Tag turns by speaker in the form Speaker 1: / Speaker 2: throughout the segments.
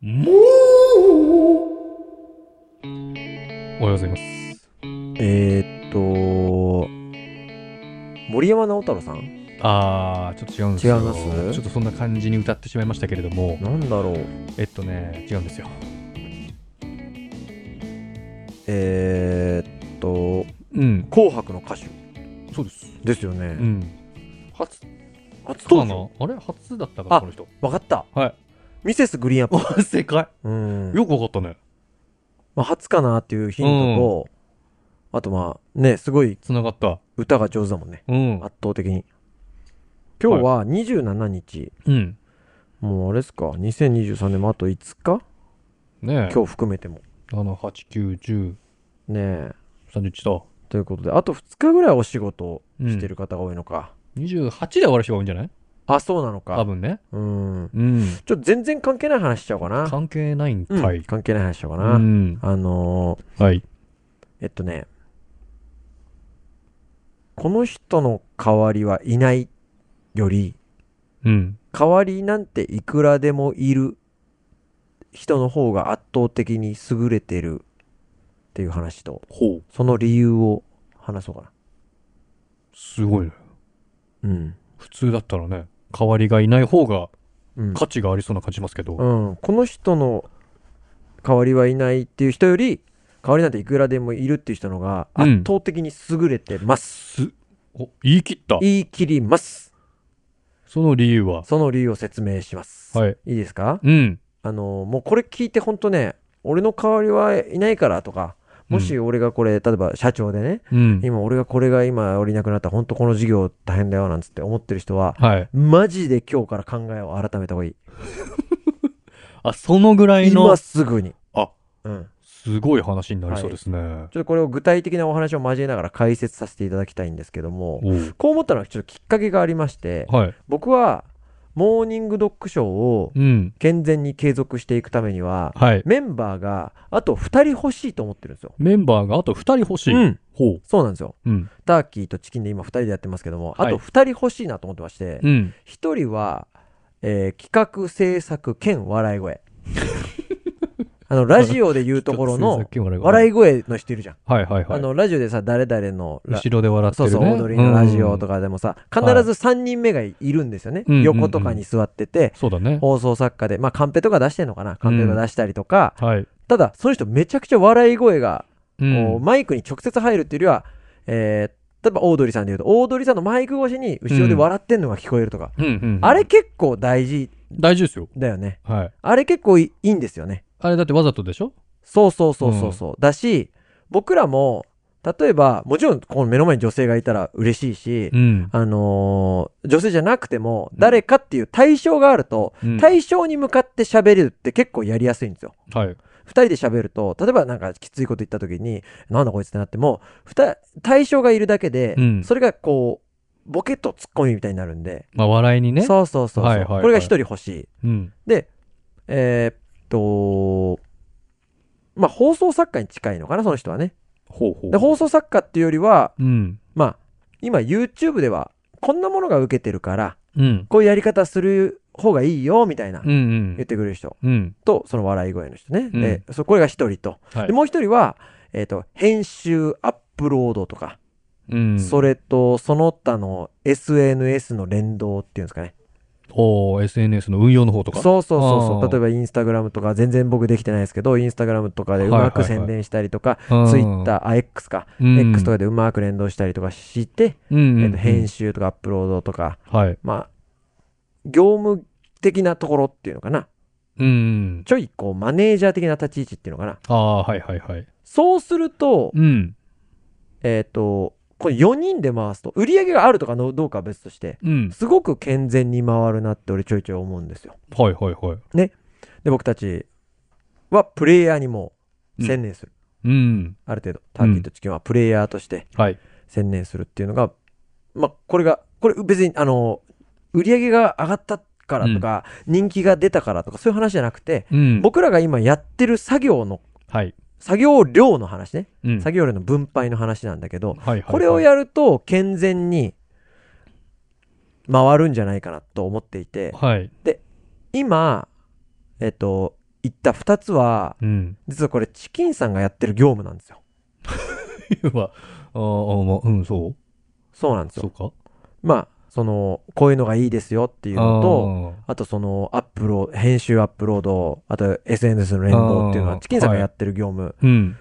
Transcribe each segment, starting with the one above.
Speaker 1: もうおはようございます。
Speaker 2: えーっと、森山直太朗さん
Speaker 1: あー、ちょっと違うんですよ。
Speaker 2: 違います
Speaker 1: ちょっとそんな感じに歌ってしまいましたけれども、
Speaker 2: なんだろう。
Speaker 1: えっとね、違うんですよ。
Speaker 2: えーっと、
Speaker 1: うん、
Speaker 2: 紅白の歌手
Speaker 1: そうです。
Speaker 2: ですよ
Speaker 1: う
Speaker 2: ね。
Speaker 1: ん。
Speaker 2: 初、初
Speaker 1: そうな
Speaker 2: 登場
Speaker 1: のあれ初だったかな
Speaker 2: あ
Speaker 1: この人。
Speaker 2: わかった。
Speaker 1: はい。
Speaker 2: ミセスグリーンアップ。
Speaker 1: あ、 正解。
Speaker 2: うん。
Speaker 1: よくわかったね。
Speaker 2: まあ、初かなっていうヒントと、あとまあ、ね、すごい
Speaker 1: つながった。
Speaker 2: 歌が上手だもんね。
Speaker 1: うん。
Speaker 2: 圧倒的に。今日は27日。
Speaker 1: うん。
Speaker 2: もうあれですか。2023年もあと5日
Speaker 1: ねえ。
Speaker 2: 今日含めても。
Speaker 1: 7、8、9、10、
Speaker 2: ねえ。
Speaker 1: 31と。
Speaker 2: ということで、あと2日ぐらいお仕事を
Speaker 1: うん
Speaker 2: してる方が多いのか。
Speaker 1: 28で終わる人が多いんじゃない
Speaker 2: あ、そうなの
Speaker 1: 多
Speaker 2: か。
Speaker 1: 分ね。
Speaker 2: うん。
Speaker 1: うん。
Speaker 2: ちょっと全然関係ない話しちゃおうかな。
Speaker 1: 関係ないん
Speaker 2: うん
Speaker 1: かい。
Speaker 2: 関係ない話しちゃおうか
Speaker 1: う
Speaker 2: な。
Speaker 1: ん。
Speaker 2: あのー、
Speaker 1: はい。
Speaker 2: えっとね、この人の代わりはいないより、
Speaker 1: うん。
Speaker 2: 代わりなんていくらでもいる人の方が圧倒的に優れてるっていう話と、
Speaker 1: ほう。
Speaker 2: その理由を話そうか
Speaker 1: すごいね。
Speaker 2: な。うん。
Speaker 1: 普通だったらね、代わりがいない方が
Speaker 2: うん。
Speaker 1: 価値がありそうな感じしますけど。
Speaker 2: うん、この人の代わりはいないっていう人より代わりなんていくらでもいるっていう人のが
Speaker 1: うん
Speaker 2: 圧倒的に優れてます、
Speaker 1: す、お、言い切った。
Speaker 2: 言い切ります
Speaker 1: その理由は。
Speaker 2: その理由を説明します、
Speaker 1: はい。
Speaker 2: い、いですか
Speaker 1: うん。
Speaker 2: あのもうこれ聞いて本当ね俺の代わりはいないからとかもし俺がこれ、例えば社長でね
Speaker 1: うん。
Speaker 2: 今俺がこれが今俺いなくなったら本当この事業大変だよなんつって思ってる人は
Speaker 1: はい。
Speaker 2: マジで今日から考えを改めた方がいい
Speaker 1: あ、そのぐらいの
Speaker 2: 今、すぐに
Speaker 1: あ
Speaker 2: うん
Speaker 1: すごい話になりそうですね。
Speaker 2: ちょっとこれを具体的なお話を交えながら解説させていただきたいんですけども、
Speaker 1: おう
Speaker 2: こう思ったのはちょっときっかけがありまして、
Speaker 1: はい。
Speaker 2: 僕はモーニングドッグショーを
Speaker 1: うん。
Speaker 2: 健全に継続していくためには、
Speaker 1: はい。
Speaker 2: メンバーがあと2人欲しいと思ってるんですよ。
Speaker 1: メンバーがあと2人欲しい。
Speaker 2: うん。
Speaker 1: ほう。
Speaker 2: そうなんですよ。
Speaker 1: うん。
Speaker 2: ターキーとチキンで今2人でやってますけども、
Speaker 1: はい
Speaker 2: あと2人欲しいなと思ってまして、
Speaker 1: うん。
Speaker 2: 1人は、えー企画制作兼笑い声。あの、ラジオで言うところの、笑
Speaker 1: い。
Speaker 2: い声の人いるじゃん。
Speaker 1: はいはいはい。
Speaker 2: あの、ラジオでさ、誰々のラ、
Speaker 1: 後ろで笑って
Speaker 2: そう
Speaker 1: るね。
Speaker 2: そう、踊りのラジオと
Speaker 1: か。
Speaker 2: かでもさ、必
Speaker 1: ん
Speaker 2: ず3人目がいるんですよね。
Speaker 1: うんうんうん
Speaker 2: 横とかに座ってて、
Speaker 1: そうだね。
Speaker 2: 放送作家で、まあ、カンペとか出してんのかなカンペとか出したりとか、
Speaker 1: はい。
Speaker 2: ただ、その人めちゃくちゃ笑い声が、
Speaker 1: う
Speaker 2: こう、マイクに直接入るっていうよりは、えー例えばオードリーさんで言うと、オードリーさんのマイク越しに後ろで笑ってんのが聞こえるとか、
Speaker 1: うんうん
Speaker 2: あれ結構大事
Speaker 1: 大事ですよ。
Speaker 2: だよね。
Speaker 1: はい。
Speaker 2: あれ結構いいいんですよね。
Speaker 1: あれだってわざとでしょ
Speaker 2: そうそうそうそうそう。だし、僕らも、例えば、もちろん、この目の前に女性がいたら嬉しいし、
Speaker 1: うん。
Speaker 2: あのー女性じゃなくても、誰かっていう対象があると、
Speaker 1: うん
Speaker 2: 対象に向かって喋れるって結構やりやすいんですよ。
Speaker 1: はい。
Speaker 2: 二人で喋ると、例えばなんかきついこと言った時に、なんだこいつってなっても、二、対象がいるだけで、
Speaker 1: うん
Speaker 2: それがこう、ボケとツッコミみたいになるんで、
Speaker 1: まあ、笑いにね。
Speaker 2: そうそうそうそう、
Speaker 1: はいはいはい
Speaker 2: これが一人欲しい。
Speaker 1: うん。
Speaker 2: で、えーっと、まあ、放送作家に近いのかな、その人はね。
Speaker 1: ほうほう。
Speaker 2: で、放送作家っていうよりは、
Speaker 1: うん。
Speaker 2: まあ、今 YouTube では、こんなものが受けてるから、
Speaker 1: うん。
Speaker 2: こういうやり方する方がいいよ、みたいな、
Speaker 1: うんう
Speaker 2: 言っ
Speaker 1: ん。
Speaker 2: てくれる人
Speaker 1: うん。
Speaker 2: と、その笑い声の人ね。
Speaker 1: うん
Speaker 2: で、そこれが一人と。
Speaker 1: はい
Speaker 2: で、もう一人は、えっ、と、編集、アップロードとか、
Speaker 1: うん。
Speaker 2: それと、その他の SNS の連動っていうんですかね。
Speaker 1: おー SNS の運用の方とか。
Speaker 2: そうそうそうそ
Speaker 1: あ
Speaker 2: う。
Speaker 1: ー
Speaker 2: 例えば、インスタグラムとか、全然僕できてないですけど、インスタグラムとかでうま
Speaker 1: は
Speaker 2: く
Speaker 1: いはいはい
Speaker 2: 宣伝したりとか、
Speaker 1: うん
Speaker 2: ツイッター、あ、X か、
Speaker 1: うん。
Speaker 2: X とかでうまく連動したりとかして、
Speaker 1: うん、
Speaker 2: えっと編
Speaker 1: 集。
Speaker 2: 集とかアップロードとか、
Speaker 1: はい。
Speaker 2: まあ、業務的なところっていうのかな。
Speaker 1: うん。
Speaker 2: ちょいこうマネージャー的な立ち位置っていうのかな。
Speaker 1: ああ、はいはいはい。
Speaker 2: そうすると、
Speaker 1: うん。
Speaker 2: えっ、と、これ4人で回すと、売り上げがあるとかのどうかは別として、
Speaker 1: うん。
Speaker 2: すごく健全に回るなって俺ちょいちょい思うんですよ。
Speaker 1: はいはいはい。
Speaker 2: で、僕たちはプレイヤーにも専念する。
Speaker 1: うん。
Speaker 2: ある程度。ターキーとチキンはプレイヤーとして
Speaker 1: はい。
Speaker 2: 専念するっていうのが、まあ、これが、これ別に、あの、売り上げが上がったからとか、人気が出たからとか、そういう話じゃなくて、
Speaker 1: うん。
Speaker 2: 僕らが今やってる作業の、
Speaker 1: はい。
Speaker 2: 作業量の話ね。
Speaker 1: うん。
Speaker 2: 作業量の分配の話なんだけど、
Speaker 1: はいはいはい。
Speaker 2: これをやると健全に回るんじゃないかなと思っていて、
Speaker 1: はい。
Speaker 2: 今、えっと、言った二つは、
Speaker 1: うん。
Speaker 2: 実はこれチキンさんがやってる業務なんですよ。
Speaker 1: まあ、あーあー、まあ、うん、そう
Speaker 2: そうなんです
Speaker 1: そう
Speaker 2: よ。
Speaker 1: か
Speaker 2: まあ、その、こういうのがいいですよっていうのと、あとその、アップロード、編集アップロード、あと SNS の連動っていうの
Speaker 1: あ
Speaker 2: は、
Speaker 1: ー
Speaker 2: チキンさんがやってる業務。
Speaker 1: あーうん。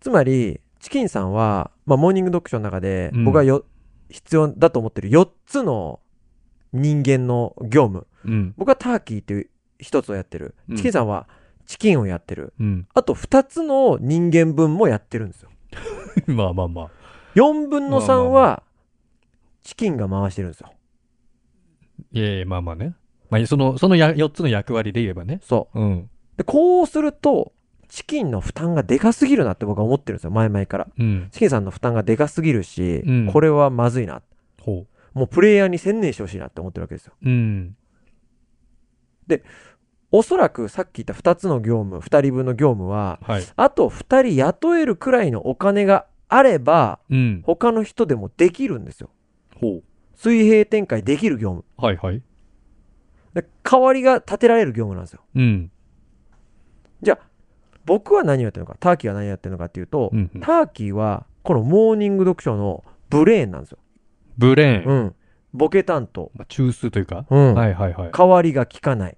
Speaker 2: つまり、チキンさんは、まあ、モーニング読書の中で
Speaker 1: う、ん
Speaker 2: 僕がよ、必要だと思ってる4つの人間の業務。
Speaker 1: うん。
Speaker 2: 僕はターキーっていう一つをやってる
Speaker 1: う。ん
Speaker 2: チキンさんは、チキンをやってる。
Speaker 1: うん。
Speaker 2: あと2つの人間分もやってるんですよ。
Speaker 1: まあまあまあ。
Speaker 2: 4分の3
Speaker 1: まあまあ
Speaker 2: は、チキンが回してるんですよ。
Speaker 1: いやいや、まあまあね。まあ、その、そのや4つの役割で言えばね。
Speaker 2: そう。
Speaker 1: うん。
Speaker 2: で、こうすると、チキンの負担がでかすぎるなって僕は思ってるんですよ、前々から。
Speaker 1: うん。
Speaker 2: チキンさんの負担がでかすぎるし、
Speaker 1: うん
Speaker 2: これはまずいな。
Speaker 1: ほ
Speaker 2: もうプレイヤーに専念してほしいなって思ってるわけですよ。
Speaker 1: う。うん。
Speaker 2: おそらくさっき言った2つの業務、2人分の業務は、
Speaker 1: はい。
Speaker 2: あと2人雇えるくらいのお金があれば、
Speaker 1: うん。
Speaker 2: 他の人でもできるんですよ。
Speaker 1: ほ
Speaker 2: 水平展開できる業務。
Speaker 1: う。はいはい。
Speaker 2: で、代わりが立てられる業務なんですよ。
Speaker 1: うん。
Speaker 2: じゃあ、僕は何をやってるのか、ターキーは何をやってるのかっていうと、
Speaker 1: うんうん
Speaker 2: ターキーは、このモーニング読書のブレーンなんですよ。
Speaker 1: ブレーン。
Speaker 2: うん。ボケ担当。
Speaker 1: まあ、中枢というか。
Speaker 2: うん。
Speaker 1: はいはいはい。
Speaker 2: 代わりが効かない。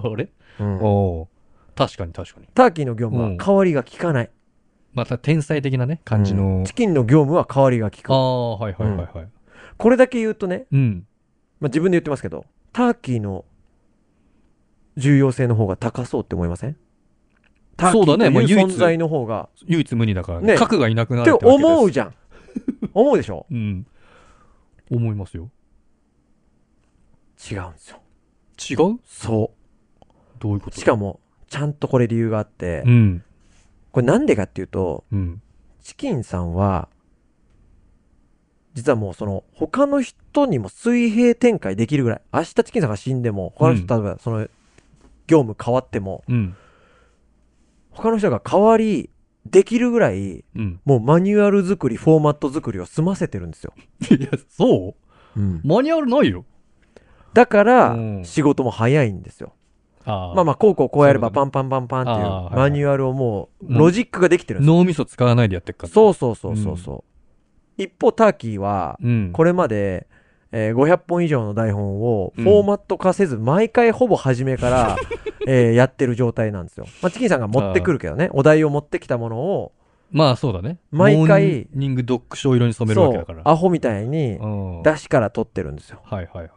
Speaker 1: あれ
Speaker 2: うん
Speaker 1: おおー。確かに確かに。
Speaker 2: ターキーの業務
Speaker 1: う
Speaker 2: は
Speaker 1: ん
Speaker 2: 代わりが効かない。
Speaker 1: また天才的なね、感じ
Speaker 2: うん
Speaker 1: の。
Speaker 2: チキンの業務は代わりが効
Speaker 1: あ
Speaker 2: く。
Speaker 1: あ、はいはいはいはい。
Speaker 2: これだけ言うとね、
Speaker 1: うん。
Speaker 2: まあ、自分で言ってますけど、ターキーの重要性の方が高そうって思いませんターキ
Speaker 1: そ
Speaker 2: ー
Speaker 1: うだ
Speaker 2: と
Speaker 1: ねまあ
Speaker 2: いう
Speaker 1: 唯一
Speaker 2: 存在の方が、
Speaker 1: 唯一無二だから
Speaker 2: ね
Speaker 1: ね。核がいなくな
Speaker 2: っ
Speaker 1: る
Speaker 2: て
Speaker 1: ってわけです。
Speaker 2: 思う じゃん。思うでしょ
Speaker 1: うん。思いますよ。
Speaker 2: 違うんですよ。
Speaker 1: 違う
Speaker 2: そ
Speaker 1: どういうこ
Speaker 2: う。
Speaker 1: と
Speaker 2: しかも、ちゃんとこれ理由があって
Speaker 1: う、ん。
Speaker 2: これなんでかっていうと、
Speaker 1: うん。
Speaker 2: チキンさんは、実はもうその、他の人にも水平展開できるぐらい、明日チキンさんが死んでも、他の人、例えばその、業務変わっても、
Speaker 1: うん。
Speaker 2: 他の人が代わりできるぐらい、
Speaker 1: うん。
Speaker 2: もうマニュアル作り、フォーマット作りを済ませてるんですよ。
Speaker 1: いや、そうマニュアルないよ。
Speaker 2: だから
Speaker 1: う、ん
Speaker 2: 仕事も早いんですよ。
Speaker 1: ああ。
Speaker 2: まあまあ、こうこうこうやれば
Speaker 1: そうい
Speaker 2: パンパンパンパンって
Speaker 1: あーはい
Speaker 2: いう
Speaker 1: はい
Speaker 2: マニュアルをもう、
Speaker 1: うん
Speaker 2: ロジックができてるんですよ。
Speaker 1: 脳みそ使わないでやってっから。
Speaker 2: そうそうそうそうそう。一方、ターキーは、
Speaker 1: うん。
Speaker 2: これまで、えー500本以上の台本をフ
Speaker 1: うん
Speaker 2: ォーマット化せず、毎回ほぼ初 めから、えーやってる状態なんですよ。まあ、チキンさんが持ってくるけどね、お題を持ってきたものを、
Speaker 1: まあそうだね。
Speaker 2: 毎回
Speaker 1: モーニングドッグを色に染めるわ
Speaker 2: そ
Speaker 1: け
Speaker 2: う
Speaker 1: だから。、
Speaker 2: アホみたいに、
Speaker 1: うん。はい
Speaker 2: 出しから取ってるんですよ。
Speaker 1: はいはい。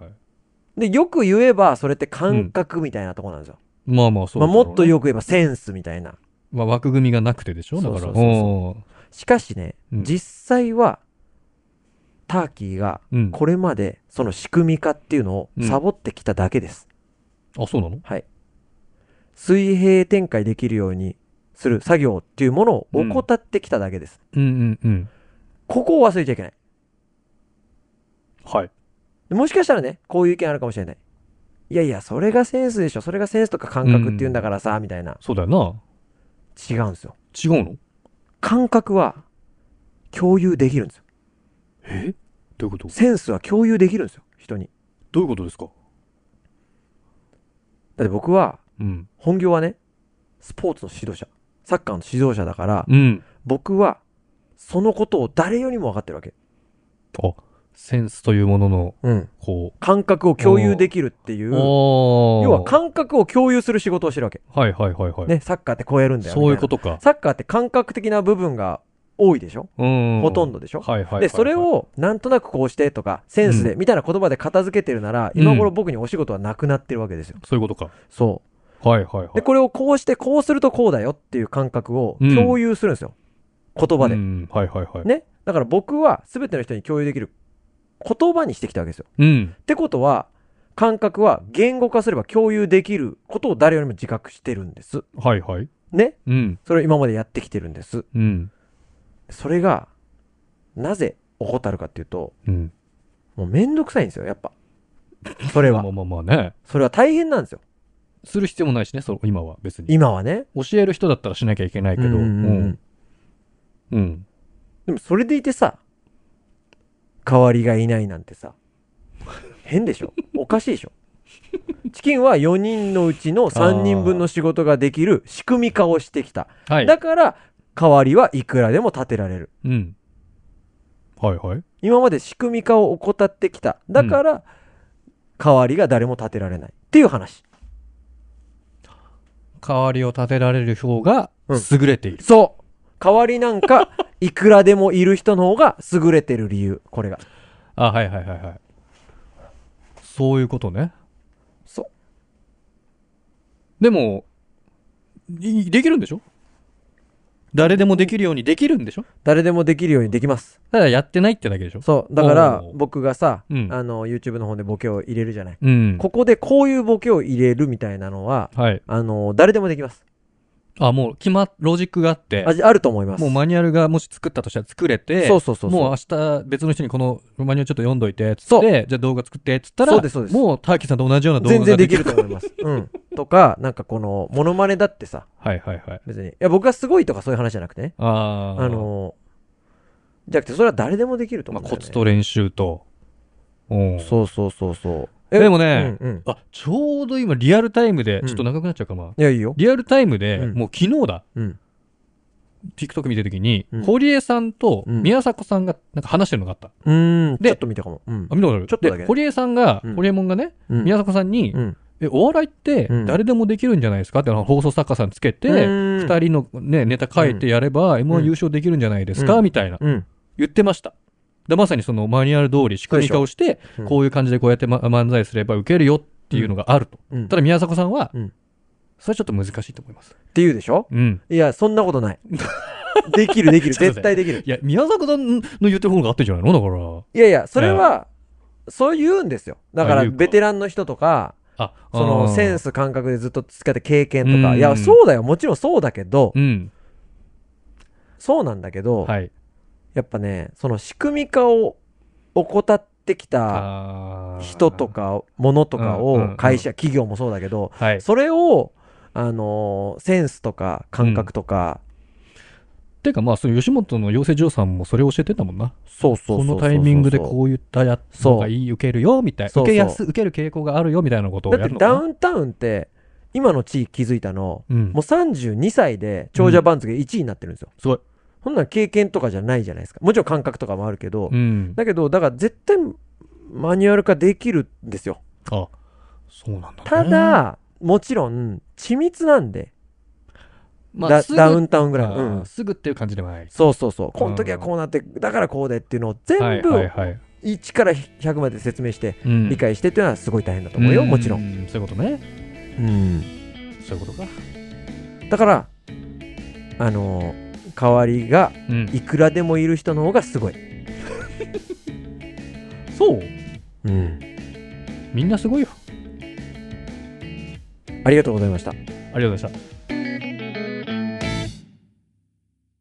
Speaker 2: で、よく言えば、それって感覚みたいなところなんですよ。
Speaker 1: まあまあそう
Speaker 2: ま
Speaker 1: だ
Speaker 2: あ、
Speaker 1: ろう
Speaker 2: も
Speaker 1: ね
Speaker 2: っとよく言えばセンスみたいな。
Speaker 1: まあ枠組みがなくてでしょだから。
Speaker 2: そうそうそうそしかしね、
Speaker 1: うん
Speaker 2: 実際は、ターキーが、
Speaker 1: うんうん。
Speaker 2: これまで、その仕組み化っていうのをサボってきただけです。
Speaker 1: あ、そうなの
Speaker 2: はい。水平展開できるようにする作業っていうものを怠ってきただけです。
Speaker 1: うんうんうん。
Speaker 2: ここを忘れちゃいけない。
Speaker 1: はい。
Speaker 2: もしかしたらね、こういう意見あるかもしれない。いやいや、それがセンスでしょ。それがセンスとか感覚っていうんだからさ、みたいな。
Speaker 1: そうだよな。
Speaker 2: 違うんですよ。
Speaker 1: 違うの
Speaker 2: 感覚は共有できるんですよ。
Speaker 1: えどういうこと
Speaker 2: センスは共有できるんですよ。人に。
Speaker 1: どういうことですか
Speaker 2: だって僕は、
Speaker 1: うん。
Speaker 2: 本業はね、スポーツの指導者、サッカーの指導者だから、
Speaker 1: うん。
Speaker 2: 僕は、そのことを誰よりも分かってるわけ。
Speaker 1: あ、センスというものの、
Speaker 2: うん。
Speaker 1: こ。
Speaker 2: 感覚を共有できるっていうう、
Speaker 1: お
Speaker 2: 要は感覚を共有する仕事をしてるわけ。
Speaker 1: はいはいはいはい。
Speaker 2: ね、サッカーってこうやるんだよ。。
Speaker 1: そういうこととか。
Speaker 2: サッカーって感覚的な部分が多いでしょ
Speaker 1: うん。
Speaker 2: ほとん
Speaker 1: ど
Speaker 2: どでしょ
Speaker 1: はいはいはいはい。
Speaker 2: で、それを、なんとなくこうしてとか、センスで、
Speaker 1: う
Speaker 2: みたいな言葉で片付けてるなら、
Speaker 1: うん
Speaker 2: 今頃僕にお仕事はなくなってるわけですよ。
Speaker 1: そういうことか。
Speaker 2: そ
Speaker 1: はいはいは
Speaker 2: う。
Speaker 1: い。
Speaker 2: で、これをこうして、こうするとこうだよっていう感覚を
Speaker 1: うん
Speaker 2: 共有するんですよ。言葉で
Speaker 1: う。ん。はいはいはい。
Speaker 2: ね。だから僕は全ての人に共有できる言葉にしてきたわけですよ。
Speaker 1: うん。
Speaker 2: ってことは、感覚は言語化すれば共有できることを誰よりも自覚してるんです。
Speaker 1: はいはい。
Speaker 2: ね。
Speaker 1: うん。
Speaker 2: それを今までやってきてるんです。
Speaker 1: うん。
Speaker 2: それが、なぜ怠るかっていうと、
Speaker 1: うん。
Speaker 2: もうめんどくさいんですよ、やっぱ。それ
Speaker 1: まあ
Speaker 2: は
Speaker 1: ま。あまあまあね。
Speaker 2: それは大変なんですよ。
Speaker 1: する必要もないしね、そう今は別に。
Speaker 2: 今はね。
Speaker 1: 教える人だったらしなきゃいけないけど。
Speaker 2: うんうんうん
Speaker 1: うんうん。
Speaker 2: でもそれでいてさ、代わりがいないなんてさ、変でしょおかしいでしょチキンは4人のうちの3人分の仕事ができる仕組み化をしてきた。
Speaker 1: はい。
Speaker 2: だから、代わりはいくらでも立てられる。
Speaker 1: うん。はいはい。
Speaker 2: 今まで仕組み化を怠ってきた。だから、代わりが誰も立てられない。っていう話。
Speaker 1: 代わりを立てられる票が
Speaker 2: うん
Speaker 1: 優れている。
Speaker 2: そう。代わりなんか、いくらでもいる人の方が優れてる理由。これが。
Speaker 1: あ、はいはいはいはい。そういうことね。
Speaker 2: そう。
Speaker 1: でも、いできるんでしょ誰でもできるようにできるんでしょ
Speaker 2: 誰でもできるようにできます。
Speaker 1: ただやってないってだけでしょ
Speaker 2: そう。だから
Speaker 1: お、ー
Speaker 2: 僕がさ、
Speaker 1: うん
Speaker 2: あの、YouTube の方でボケを入れるじゃない。
Speaker 1: うん。
Speaker 2: ここでこういうボケを入れるみたいなのは、
Speaker 1: はい。
Speaker 2: あの、誰でもできます。
Speaker 1: あ、もう決まっ、ロジックがあって
Speaker 2: あ、あると思います。
Speaker 1: もうマニュアルがもし作ったとしたら作れて、
Speaker 2: そうそうそうそう。
Speaker 1: もう明日別の人にこのマニュアルちょっと読んどいてっつ
Speaker 2: そ
Speaker 1: っ
Speaker 2: う
Speaker 1: て、じゃあ動画作ってっつったら、
Speaker 2: そうですそうです
Speaker 1: もうターキーさんと同じような動画
Speaker 2: 全
Speaker 1: が
Speaker 2: 然できると思います。うん。とか、なんかこの、モノマネだってさ、
Speaker 1: はいはいはい。
Speaker 2: 別に、いや、僕がすごいとかそういう話じゃなくてね。
Speaker 1: あ
Speaker 2: あ
Speaker 1: ー
Speaker 2: の、じゃなくて、それは誰でもできると思
Speaker 1: ま
Speaker 2: う
Speaker 1: あ、
Speaker 2: んだよ
Speaker 1: コ
Speaker 2: ね、
Speaker 1: ツと練習と。うん。
Speaker 2: そうそうそうそう。
Speaker 1: でもね、
Speaker 2: うんうん。
Speaker 1: あ、ちょうど今リアルタイムで、
Speaker 2: うん
Speaker 1: ちょっと長くなっちゃうかな。
Speaker 2: いや、いいよ。
Speaker 1: リアルタイムで、
Speaker 2: うん
Speaker 1: もう昨日だ、
Speaker 2: うん。
Speaker 1: TikTok 見てるときに、
Speaker 2: うん
Speaker 1: 堀江さんと
Speaker 2: うん
Speaker 1: 宮迫さんがなんか話してるのがあった。
Speaker 2: うーん。
Speaker 1: で
Speaker 2: ちょっと見たかも。うん
Speaker 1: あ、。見たことある
Speaker 2: ちょっとだけ
Speaker 1: で堀江さんが、
Speaker 2: うん
Speaker 1: 堀江門がね、
Speaker 2: うん
Speaker 1: 宮迫さんに、
Speaker 2: うん。
Speaker 1: え、お笑いって
Speaker 2: うん
Speaker 1: 誰でもできるんじゃないですかってあの放送作家さんつけて、
Speaker 2: うん
Speaker 1: 二人のね、ネタ書いてやれば、M1 優勝できるんじゃないですか、
Speaker 2: うん
Speaker 1: みたいな。
Speaker 2: うん。
Speaker 1: 言ってました。でまさにそのマニュアル通り仕組み化をして、
Speaker 2: しょうん
Speaker 1: こういう感じでこうやって、ま、漫才すれば受けるよっていうのがあると。
Speaker 2: うん。
Speaker 1: た
Speaker 2: っ
Speaker 1: だ宮迫さんは、
Speaker 2: うん
Speaker 1: それはちょっと難しいと思います。
Speaker 2: て言うでしょ
Speaker 1: うん。
Speaker 2: いや、そんなこ とない。できる、できる。
Speaker 1: ちょっと待って
Speaker 2: 絶対できる。
Speaker 1: いや、宮迫さんの言ってる方が合ってんじゃないのだか
Speaker 2: いやいや、それは、そう言うんですよ。だか
Speaker 1: あ
Speaker 2: ら、
Speaker 1: 言うか
Speaker 2: ベテランの人とか、
Speaker 1: ら。あ、
Speaker 2: そのセン
Speaker 1: ス。
Speaker 2: ス感覚でずっと培って経験と
Speaker 1: う
Speaker 2: か。
Speaker 1: ん
Speaker 2: いや、そうだよ。もちろんそうだけど、
Speaker 1: うん。
Speaker 2: そうなんだけど、
Speaker 1: はい。
Speaker 2: やっぱね、その仕組み化を怠ってき
Speaker 1: あ
Speaker 2: た
Speaker 1: ー
Speaker 2: 人と。か、ものとか
Speaker 1: うんうんう
Speaker 2: を
Speaker 1: ん、
Speaker 2: 会社、企業もそうだけど、
Speaker 1: はい。
Speaker 2: それを、あのーセンスとか感覚とか、
Speaker 1: てかまあ、その吉本の養成所さんもそれを教えてたもんな。
Speaker 2: そうそう
Speaker 1: こ
Speaker 2: そうそうそう
Speaker 1: のタイミングでこういったやつ
Speaker 2: そう
Speaker 1: がいい、受けるよ、みたいな。
Speaker 2: そう
Speaker 1: 受けやす、受ける傾向があるよ、みたいなことを
Speaker 2: だ
Speaker 1: や
Speaker 2: っ
Speaker 1: る
Speaker 2: て
Speaker 1: のか
Speaker 2: ダ
Speaker 1: な。
Speaker 2: ウンタウンって、今の地位気づいたの、
Speaker 1: うん
Speaker 2: もう32歳で長者番付1位になってるんですよ。
Speaker 1: すごい。
Speaker 2: そんなん経験とかじゃないじゃないですか。もちろん感覚とかもあるけど、
Speaker 1: うん。
Speaker 2: だけど、だから絶対マニュアル化できるんですよ。
Speaker 1: あ、そうなんだ、ね。
Speaker 2: た、だ、もちろん、緻密なんで、
Speaker 1: ま
Speaker 2: ダ
Speaker 1: あ、すぐ
Speaker 2: ダウンタウンぐらい。
Speaker 1: あ
Speaker 2: う
Speaker 1: ー
Speaker 2: ん。
Speaker 1: すぐっていう感じではない。
Speaker 2: そうそうそう。この時はこうなって、だからこうでっていうのを
Speaker 1: は
Speaker 2: 全
Speaker 1: いはい
Speaker 2: 部、
Speaker 1: はい。
Speaker 2: 1から100まで説明して、
Speaker 1: うん
Speaker 2: 理解してっていうのはすごい大変だと思うよ、もちろん。
Speaker 1: ん。そういうことね。
Speaker 2: うん。
Speaker 1: そういうことか。
Speaker 2: だから、あのー代わりが
Speaker 1: うん。
Speaker 2: いくらでもいる人の方がすごい。
Speaker 1: そう
Speaker 2: うん。
Speaker 1: みんなすごいよ。
Speaker 2: ありがとうございました。
Speaker 1: ありがとうございました。